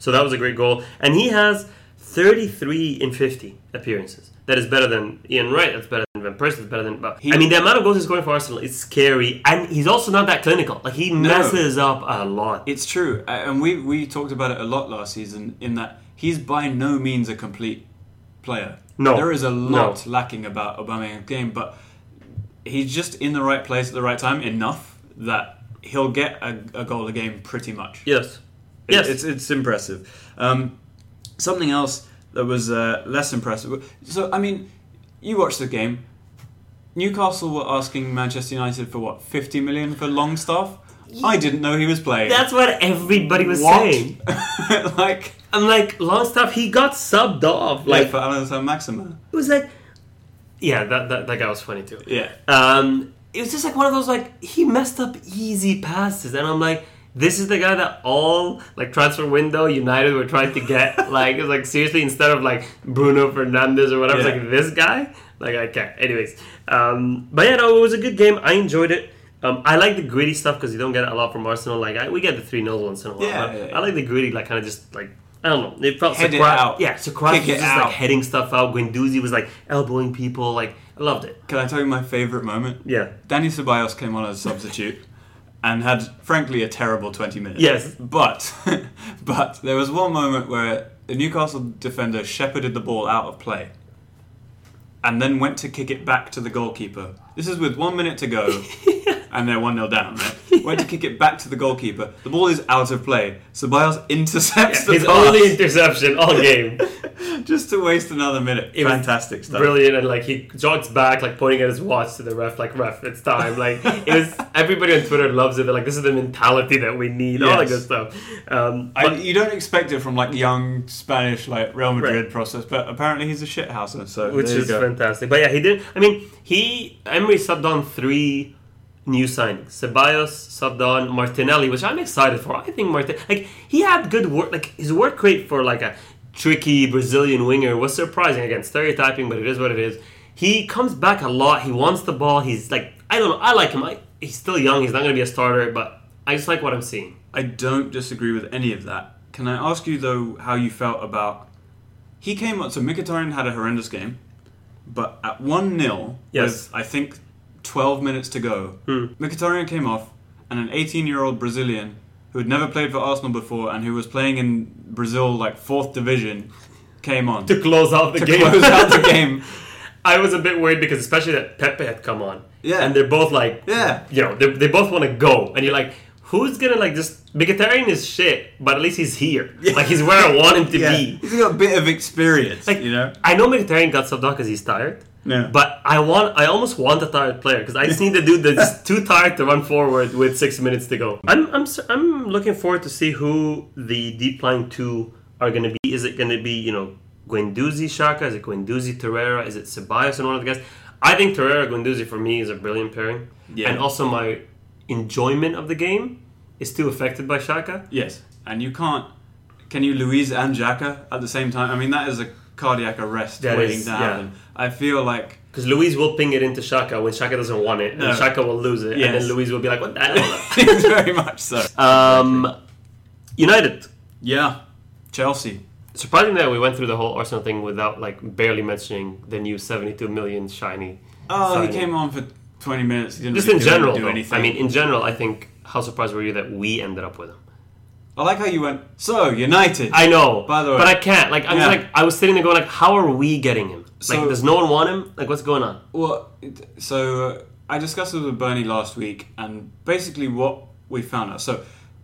Speaker 2: so that was a great goal. And he has 33 in 50 appearances. That is better than Ian Wright. That's better than Van Persie. That's better than. But,
Speaker 1: He-
Speaker 2: I mean, the amount of goals he's scoring for Arsenal is scary, and he's also not that clinical. Like he messes up a lot.
Speaker 1: It's true, uh, and we we talked about it a lot last season. In that he's by no means a complete player.
Speaker 2: No.
Speaker 1: there is a lot lacking about Aubameyang's game, but he's just in the right place at the right time enough that he'll get a, a goal a game pretty much.
Speaker 2: Yes.
Speaker 1: It-
Speaker 2: Yes.
Speaker 1: it's it's impressive. Um, something else that was uh, less impressive. So I mean, you watched the game. Newcastle were asking Manchester United for what fifty million for Longstaff. I didn't know he was playing.
Speaker 2: That's what everybody was
Speaker 1: What?
Speaker 2: saying.
Speaker 1: like
Speaker 2: And like Longstaff, he got subbed off.
Speaker 1: like
Speaker 2: Like
Speaker 1: for Alonso Maxima.
Speaker 2: it was like, yeah, that, that that guy was funny too.
Speaker 1: Yeah.
Speaker 2: Um, it was just like one of those like he messed up easy passes, and I'm like, this is the guy that all like transfer window United were trying to get. like it's like seriously, instead of like Bruno Fernandez or whatever, it's
Speaker 1: Yeah.
Speaker 2: like this guy. Like I can't. Anyways, um, but yeah, no, it was a good game. I enjoyed it. Um, I like the gritty stuff because you don't get it a lot from Arsenal. Like I, we get the three nils once in a while.
Speaker 1: Yeah,
Speaker 2: but
Speaker 1: yeah, yeah.
Speaker 2: I like the gritty, like kind of just like I don't know. It felt
Speaker 1: Head it
Speaker 2: Socrates-
Speaker 1: out.
Speaker 2: Yeah, Socrates
Speaker 1: Kick
Speaker 2: was
Speaker 1: it
Speaker 2: just
Speaker 1: out.
Speaker 2: like heading stuff out. Guendouzi was like elbowing people. Like I loved it.
Speaker 1: Can I tell you my favourite moment?
Speaker 2: Yeah.
Speaker 1: Danny Ceballos came on as a substitute and had, frankly, a terrible 20 minutes.
Speaker 2: Yes.
Speaker 1: But, but there was one moment where the Newcastle defender shepherded the ball out of play and then went to kick it back to the goalkeeper. This is with one minute to go and they're 1 0 down, right? went to kick it back to the goalkeeper. The ball is out of play. Ceballos intercepts
Speaker 2: His
Speaker 1: the pass
Speaker 2: only interception all game.
Speaker 1: just to waste another minute.
Speaker 2: It was
Speaker 1: Fantastic stuff.
Speaker 2: Brilliant, and like he jogs back, like pointing at his watch to the ref, like ref, it's time. Like it was. Everybody on Twitter loves it. They're like, this is the mentality that we need. All that
Speaker 1: Yes.
Speaker 2: good stuff. Um,
Speaker 1: I,
Speaker 2: but-
Speaker 1: you don't expect it from like young Spanish like Real Madrid
Speaker 2: Right.
Speaker 1: process, but apparently he's a shithouser. So
Speaker 2: which
Speaker 1: there you
Speaker 2: is
Speaker 1: go.
Speaker 2: fantastic. But yeah, he did. I mean, he Emery subbed on three new signings. Ceballos subbed on Martinelli, which I'm excited for. I think Martin, like he had good work, like his work rate for like a tricky Brazilian winger was surprising. Again, stereotyping, but it is what it is. He comes back a lot. He wants the ball. He's like, I don't know. I like him. I, he's still young. He's not going to be a starter, but I just like what I'm seeing.
Speaker 1: I don't disagree with any of that. Can I ask you though how you felt about? He came up. So Mkhitaryan had a horrendous game, but at one 0
Speaker 2: Yes.
Speaker 1: with I think twelve minutes to go,
Speaker 2: Hmm.
Speaker 1: Mkhitaryan came off, and an eighteen-year-old Brazilian who had never played for Arsenal before and who was playing in Brazil like fourth division came on
Speaker 2: To close out the
Speaker 1: to
Speaker 2: game.
Speaker 1: close out the game.
Speaker 2: I was a bit worried because especially that Pepe had come on.
Speaker 1: Yeah.
Speaker 2: And they're both like,
Speaker 1: Yeah.
Speaker 2: you know, they, they both want to go, and you're like, who's gonna like just vegetarian is shit, but at least he's here. Like he's where I want him to be.
Speaker 1: He's got a bit of experience,
Speaker 2: Like
Speaker 1: you know.
Speaker 2: I know vegetarian got subbed out because he's tired.
Speaker 1: Yeah.
Speaker 2: But I want, I almost want a tired player because I just need a dude that's too tired to run forward with six minutes to go. I'm, I'm, s- I'm looking forward to see who the deep line two are going to be. Is it going to be, you know, Guendouzi Shaka? Is it Guendouzi Torreira? Is it Ceballos and one of the guys? I think Torreira Guendouzi for me is a brilliant pairing.
Speaker 1: Yeah.
Speaker 2: And also my enjoyment of the game is too affected by Shaka.
Speaker 1: Yes, and you can't. Can you Louise and Xhaka at the same time? I mean, that is a cardiac arrest
Speaker 2: That
Speaker 1: waiting
Speaker 2: is,
Speaker 1: to
Speaker 2: yeah.
Speaker 1: happen. I feel like
Speaker 2: Because Louise will ping it into Shaka when Shaka doesn't want it, and
Speaker 1: No.
Speaker 2: Shaka will lose it, and
Speaker 1: Yes.
Speaker 2: then Louise will be like, "What the hell?"
Speaker 1: very much so. Uh,
Speaker 2: um, United.
Speaker 1: Yeah, Chelsea.
Speaker 2: Surprising that we went through the whole Arsenal thing without like barely mentioning the new 72 million shiny.
Speaker 1: Oh, he
Speaker 2: signing.
Speaker 1: came on for twenty minutes. He didn't
Speaker 2: Just
Speaker 1: really
Speaker 2: in
Speaker 1: do-
Speaker 2: general,
Speaker 1: do
Speaker 2: though.
Speaker 1: anything.
Speaker 2: I mean, in general, I think how surprised were you that we ended up with him?
Speaker 1: I like how you went. So United.
Speaker 2: I know,
Speaker 1: By the way-
Speaker 2: but I can't. Like I'm
Speaker 1: Yeah.
Speaker 2: just like I was sitting there going like, how are we getting him?
Speaker 1: So-
Speaker 2: like does no one want him? Like what's going on?
Speaker 1: Well, it- so uh, I discussed this with Bernie last week, and basically what we found out. So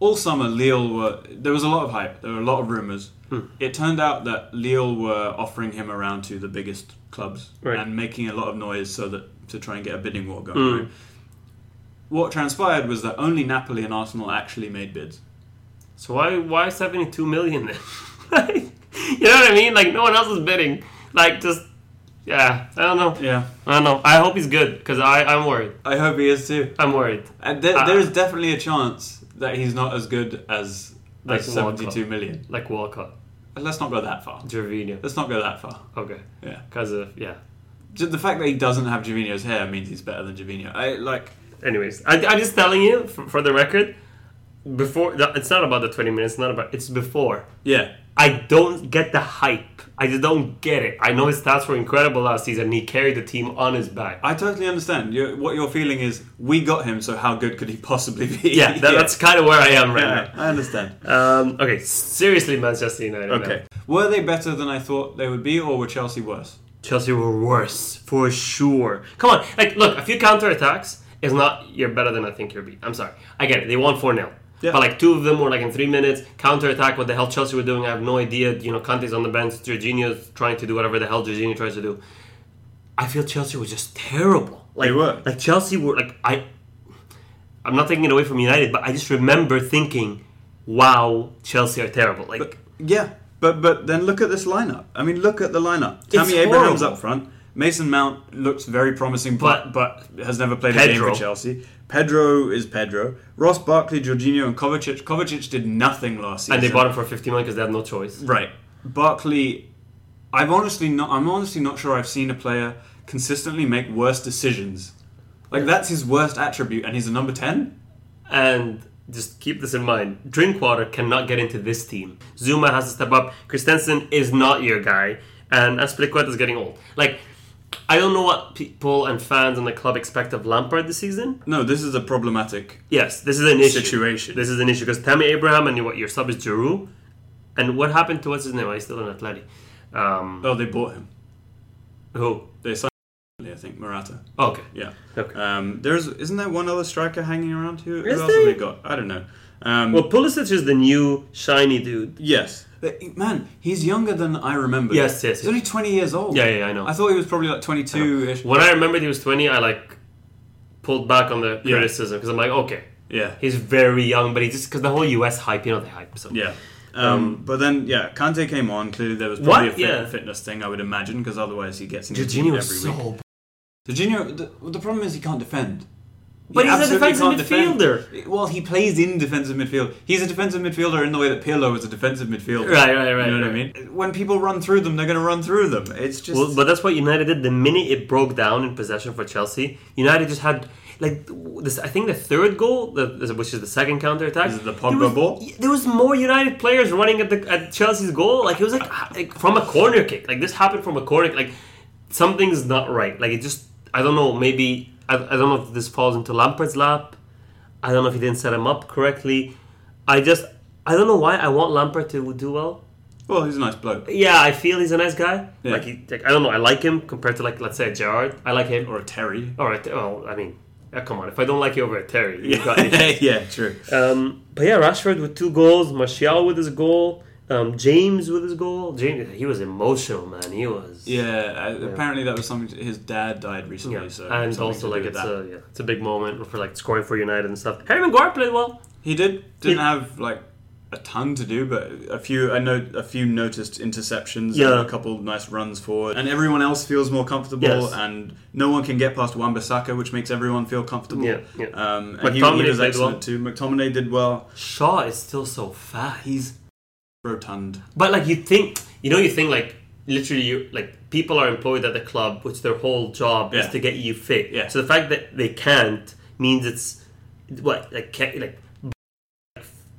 Speaker 1: all summer, Lille were there was a lot of hype. There were a lot of rumors. It turned out that Lille were offering him around to the biggest clubs
Speaker 2: Right.
Speaker 1: and making a lot of noise so that to try and get a bidding war going. right? What transpired was that only Napoli and Arsenal actually made bids.
Speaker 2: So why why 72 million then? you know what I mean? Like no one else is bidding. Like just yeah, I don't know.
Speaker 1: Yeah,
Speaker 2: I don't know. I hope he's good because I I'm worried.
Speaker 1: I hope he is too.
Speaker 2: I'm worried.
Speaker 1: And there,
Speaker 2: Ah.
Speaker 1: there is definitely a chance that he's not as good as like
Speaker 2: Like Walcott.
Speaker 1: seventy-two million.
Speaker 2: Like Walcott,
Speaker 1: Let's not go that far.
Speaker 2: Gervinho.
Speaker 1: Let's not go that far.
Speaker 2: Okay,
Speaker 1: Yeah.
Speaker 2: because of yeah.
Speaker 1: Just the fact that he doesn't have Jovino's hair means he's better than Jovino. I like.
Speaker 2: Anyways, I, I'm just telling you for, for the record. Before the- it's not about the 20 minutes. Not about it's before.
Speaker 1: Yeah.
Speaker 2: I don't get the hype. I just don't get it. I know his stats were incredible last season. and He carried the team on his back.
Speaker 1: I totally understand. you what you're feeling is we got him, so how good could he possibly be?
Speaker 2: Yeah, that, that's kind of where I am right
Speaker 1: yeah, I understand.
Speaker 2: now. Um, okay, seriously, Manchester United. now.
Speaker 1: Okay. Were they better than I thought they would be, or were Chelsea worse?
Speaker 2: Chelsea were worse for sure. Come on, like look, a few counter attacks is not you're better than I think you're beat. I'm sorry, I get it. They won four 0
Speaker 1: Yeah.
Speaker 2: But like two of them were like in three minutes counter attack. What the hell Chelsea were doing? I have no idea. You know, Conte's on the bench. Jorginho's trying to do whatever the hell Jorginho tries to do. I feel Chelsea was just terrible. Like,
Speaker 1: They were.
Speaker 2: Like Chelsea were like I. I'm not taking it away from United, but I just remember thinking, "Wow, Chelsea are terrible." Like
Speaker 1: Yeah, but but then look at this lineup. I mean, look at the lineup. Tammy Abraham's
Speaker 2: horrible.
Speaker 1: up front. Mason Mount looks very promising, but but has never played a game
Speaker 2: Pedro.
Speaker 1: for Chelsea. Pedro is Pedro. Ross Barkley, Jorginho, and Kovacic. Kovacic did nothing last season.
Speaker 2: and they bought him for 50 million because they had no choice.
Speaker 1: Right. Barkley I've honestly not I'm honestly not sure I've seen a player consistently make worse decisions. Like that's his worst attribute and he's a number 10?
Speaker 2: And just keep this in mind Drinkwater cannot get into this team. Zuma has to step up. Christensen is not your guy. And Aspliquet is getting old. Like, I don't know what people and fans and the club expect of Lampard this season.
Speaker 1: No, this is a problematic.
Speaker 2: Yes, this is an issue.
Speaker 1: Situation.
Speaker 2: This is an issue because Tammy Abraham and what your sub is Giroud. And what happened to what's his name? Oh, He's still in Atleti. Um,
Speaker 1: Oh, they bought him.
Speaker 2: who? Oh,
Speaker 1: They signed him, I think. Murata.
Speaker 2: Okay.
Speaker 1: Yeah.
Speaker 2: Okay.
Speaker 1: Um, there's isn't there one other striker hanging around? Who,
Speaker 2: Is
Speaker 1: who else have we
Speaker 2: there?
Speaker 1: got? I don't know. Um,
Speaker 2: Well, Pulisic is the new shiny dude.
Speaker 1: yes. But, Man, he's younger than I remember.
Speaker 2: Yes, yes,
Speaker 1: He's only 20 years old.
Speaker 2: Yeah, yeah, I know.
Speaker 1: I thought he was probably like 22 ish.
Speaker 2: When I remembered he was 20, I like pulled back on the criticism because I'm like, okay,
Speaker 1: Yeah.
Speaker 2: he's very young, but he just because the whole US hype, you know, the hype. So
Speaker 1: Yeah. Um, but then, yeah, Kante came on. Clearly, there was
Speaker 2: What?
Speaker 1: probably a fit-
Speaker 2: Yeah.
Speaker 1: fitness thing, I would imagine, because otherwise he gets in the team
Speaker 2: Jorginho
Speaker 1: every
Speaker 2: is
Speaker 1: week.
Speaker 2: so.
Speaker 1: Jorginho, the, well, the problem is he can't defend.
Speaker 2: But
Speaker 1: He
Speaker 2: he's a
Speaker 1: absolutely
Speaker 2: defensive
Speaker 1: can't defend.
Speaker 2: midfielder.
Speaker 1: Well, he plays in defensive midfield. He's a defensive midfielder in the way that Pirlo is a defensive midfielder.
Speaker 2: Right, right, right.
Speaker 1: You know what I
Speaker 2: right.
Speaker 1: mean? When people run through them, they're going to run through them. It's just.
Speaker 2: Well, but that's what United did. The minute it broke down in possession for Chelsea, United just had like this. I think the third goal, the, which is the second counter attack,
Speaker 1: Is it the
Speaker 2: there
Speaker 1: Pogba
Speaker 2: was-
Speaker 1: ball?
Speaker 2: There was more United players running at the at Chelsea's goal. Like it was like, like from a corner kick. Like this happened from a corner. Like something's not right. Like it just. I don't know. Maybe I, I don't know if this falls into Lampard's lap. I don't know if he didn't set him up correctly. I just I don't know why I want Lampard to do well.
Speaker 1: well, he's a nice bloke.
Speaker 2: Yeah, I feel he's a nice guy.
Speaker 1: Yeah.
Speaker 2: Like, he, like I don't know, I like him compared to like let's say Gerard. I like him. Or,
Speaker 1: Or a Terry.
Speaker 2: or a, well, I mean, yeah, come on, if I don't like you over a Terry, you've got
Speaker 1: yeah,
Speaker 2: issues.
Speaker 1: yeah, true.
Speaker 2: um, but yeah, Rashford with two goals, Martial with his goal, um, James with his goal. James, he was emotional, man. He was.
Speaker 1: Yeah, I, apparently that was something. His dad died recently,
Speaker 2: Yeah.
Speaker 1: so
Speaker 2: and
Speaker 1: something to do
Speaker 2: also like
Speaker 1: with
Speaker 2: it's
Speaker 1: that.
Speaker 2: a yeah, it's a big moment for like scoring for United and stuff. Harry Maguire played well.
Speaker 1: He did didn't
Speaker 2: He-
Speaker 1: have like a ton to do, but a few I know a few noticed interceptions,
Speaker 2: Yeah.
Speaker 1: and a couple nice runs forward, and everyone else feels more comfortable,
Speaker 2: Yes.
Speaker 1: and no one can get past Wan-Bissaka, which makes everyone feel comfortable.
Speaker 2: Yeah, yeah.
Speaker 1: Um, and he, he
Speaker 2: McTominay
Speaker 1: was
Speaker 2: played
Speaker 1: excellent
Speaker 2: well.
Speaker 1: too. McTominay did well.
Speaker 2: Shaw is still so fat. He's
Speaker 1: Rotund.
Speaker 2: But like you think, you know, you think like literally, you like people are employed at the club, which their whole job is
Speaker 1: Yeah.
Speaker 2: to get you fit.
Speaker 1: Yeah.
Speaker 2: So the fact that they can't means it's what like can't, like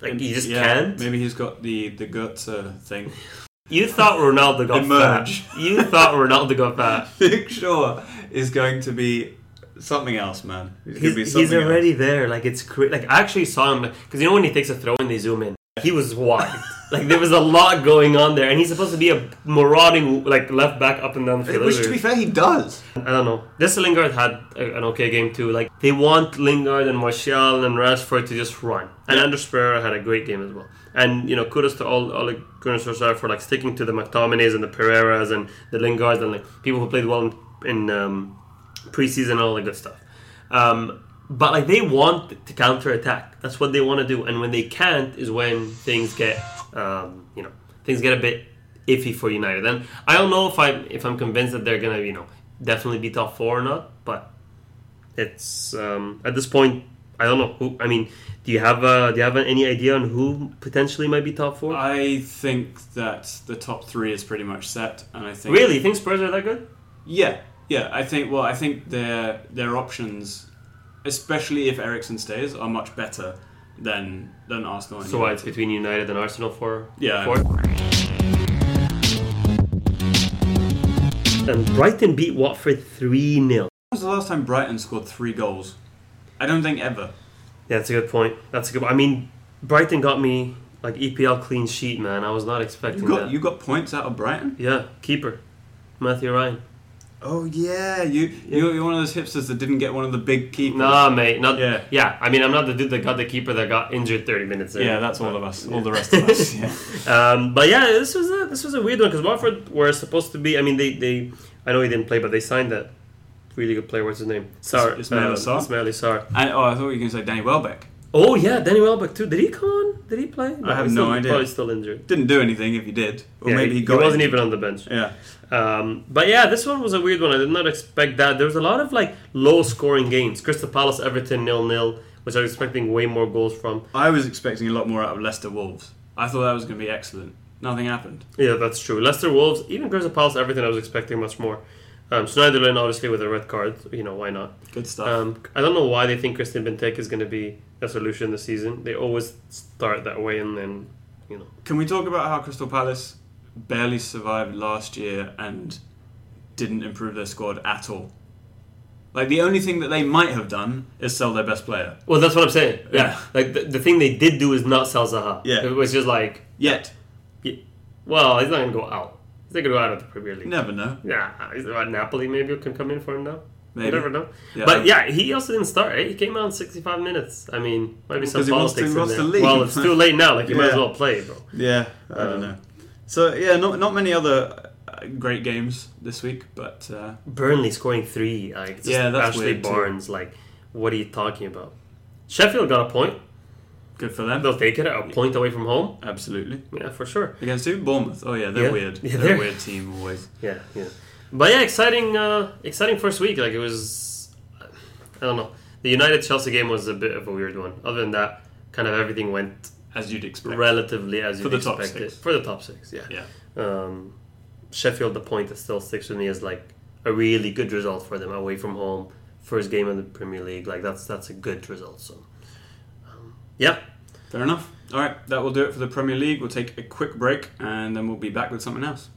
Speaker 2: like you just
Speaker 1: Yeah,
Speaker 2: can't.
Speaker 1: Maybe he's got the the Goethe thing.
Speaker 2: You thought Ronaldo got
Speaker 1: The merge.
Speaker 2: fat. You thought Ronaldo got fat.
Speaker 1: Luke Shaw is going to be something else, man. He's, gonna
Speaker 2: He's,
Speaker 1: be
Speaker 2: he's
Speaker 1: something else.
Speaker 2: already there. Like it's cra- like I actually saw him because you know when he takes a throw and they zoom in, he was wide. like there was a lot going on there, and he's supposed to be a marauding like left back up and down the field.
Speaker 1: Which, to be fair, he does.
Speaker 2: I don't know. This Lingard had a, an okay game too. Like they want Lingard and Martial and Rashford to just run. And Anders Pereira had a great game as well. And you know, kudos to all all the Gunnar Solskjaer for like sticking to the McTominays and the Pereiras and the Lingards and like people who played well in, in um, preseason and all that good stuff. Um, but like they want to counter attack. That's what they want to do. And when they can't, is when things get um, you know things get a bit iffy for United. And I don't know if I if I'm convinced that they're gonna you know definitely be top four or not. But it's um, at this point I don't know who. I mean, do you have uh, do you have any idea on who potentially might be top four?
Speaker 1: I think that the top three is pretty much set, and I think
Speaker 2: really, you think Spurs are that good?
Speaker 1: Yeah, yeah. I think well, I think their their options, especially if Ericsson stays, are much better than than Arsenal.
Speaker 2: So why it's between United and Arsenal for
Speaker 1: Yeah.
Speaker 2: fourth? And Brighton beat Watford 3 0.
Speaker 1: When was the last time Brighton scored three goals? I don't think ever.
Speaker 2: Yeah, that's a good point. That's a good I mean, Brighton got me like EPL clean sheet, man. I was not expecting
Speaker 1: You got
Speaker 2: that.
Speaker 1: you got points out of Brighton.
Speaker 2: Yeah, keeper. Matthew Ryan.
Speaker 1: Oh yeah, you you're, you're one of those hipsters that didn't get one of the big keepers.
Speaker 2: Nah, mate. Not,
Speaker 1: Yeah.
Speaker 2: yeah. yeah, I mean, I'm not the dude that got the keeper that got injured 30 minutes in.
Speaker 1: Yeah, that's all of us. All the rest of us. Yeah.
Speaker 2: Um, but yeah, this was a, this was a weird one because Watford were supposed to be. I mean, they, they I know he didn't play, but they signed that really good player. What's his name? Sar.
Speaker 1: Ismail Sarr?
Speaker 2: Ismail Sarr.
Speaker 1: And, oh, I thought you were going to say Danny Welbeck.
Speaker 2: Oh yeah, Danny Welbeck too. Did he come on? Did he play? No,
Speaker 1: I have
Speaker 2: he's
Speaker 1: no
Speaker 2: still-
Speaker 1: idea.
Speaker 2: Probably still injured.
Speaker 1: Didn't do anything if he did, or
Speaker 2: Yeah,
Speaker 1: maybe he, got.
Speaker 2: wasn't
Speaker 1: it.
Speaker 2: even on the bench.
Speaker 1: Yeah.
Speaker 2: Um, but yeah, this one was a weird one. I did not expect that. There was a lot of like low scoring games. Crystal Palace, Everton, nil nil, which I was expecting way more goals from.
Speaker 1: I was expecting a lot more out of Leicester Wolves. I thought that was going to be excellent. Nothing happened.
Speaker 2: Yeah, that's true. Leicester Wolves, even Crystal Palace, everything I was expecting much more. Um, Schneiderlin obviously with a red card. You know why not?
Speaker 1: Good stuff.
Speaker 2: Um, I don't know why they think Christian Benteke is going to be a solution this season. They always start that way, and then you know.
Speaker 1: Can we talk about how Crystal Palace barely survived last year and didn't improve their squad at all? Like the only thing that they might have done is sell their best player.
Speaker 2: Well, that's what I'm saying. Yeah,
Speaker 1: Yeah.
Speaker 2: like the, the thing they did do is not sell Zaha.
Speaker 1: Yeah.
Speaker 2: it was just like,
Speaker 1: Yet,
Speaker 2: well, he's not going to go out. He's not going to go out of the Premier League.
Speaker 1: you never know.
Speaker 2: Yeah, is it about Napoli? Maybe who can come in for him now.
Speaker 1: Maybe.
Speaker 2: You never know.
Speaker 1: Yeah.
Speaker 2: But yeah, he also didn't start. Right? He came out in 65 minutes. I mean, might be some
Speaker 1: 'Cause he wants to-
Speaker 2: politics
Speaker 1: he wants
Speaker 2: in
Speaker 1: to
Speaker 2: there.
Speaker 1: leave.
Speaker 2: Well, it's too late now. Like you might as
Speaker 1: Yeah.
Speaker 2: well play, bro.
Speaker 1: Yeah, I don't know. So yeah, not not many other uh, great games this week, but uh,
Speaker 2: Burnley scoring three. Like just
Speaker 1: Yeah, that's
Speaker 2: Ashley
Speaker 1: weird too.
Speaker 2: Barnes. Like, what are you talking about? Sheffield got a point.
Speaker 1: good for them.
Speaker 2: They'll take it. A point away from home.
Speaker 1: Absolutely.
Speaker 2: Yeah, for sure.
Speaker 1: Against who? Bournemouth. Oh yeah, they're
Speaker 2: Yeah.
Speaker 1: weird.
Speaker 2: Yeah,
Speaker 1: they're,
Speaker 2: they're-
Speaker 1: a weird team always.
Speaker 2: Yeah, yeah. But yeah, exciting. Uh, exciting first week. Like it was. I don't know. The United Chelsea game was a bit of a weird one. Other than that, kind of everything went
Speaker 1: As you'd expect.
Speaker 2: relatively as
Speaker 1: For
Speaker 2: you
Speaker 1: the top
Speaker 2: expected
Speaker 1: six.
Speaker 2: for the top six. Yeah.
Speaker 1: Yeah.
Speaker 2: um, Sheffield, the point that still sticks with me is like a really good result for them away from home, first game in the Premier League. Like that's that's a good result. So, um, yeah,
Speaker 1: Fair enough. All right, that will do it for the Premier League. We'll take a quick break and then we'll be back with something else.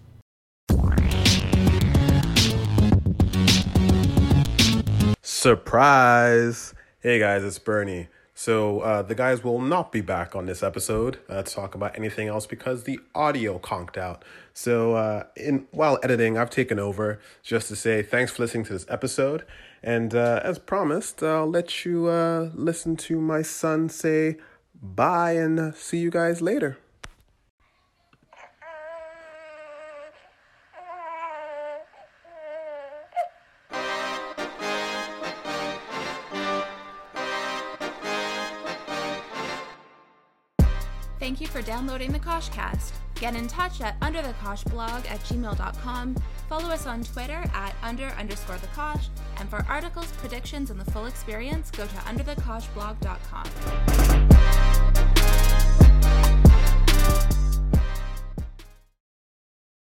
Speaker 3: Surprise! Hey guys, it's Bernie. So, uh, the guys will not be back on this episode uh, to talk about anything else because the audio conked out. So, uh, in while editing, I've taken over just to say thanks for listening to this episode. And uh, as promised, I'll let you uh, listen to my son say bye and uh, see you guys later.
Speaker 4: Thank you for downloading the Koshcast. Get in touch at underthekoshblog at gmail.com. Follow us on Twitter at under underscore the Kosh. And for articles, predictions, and the full experience, go to underthekoshblog.com.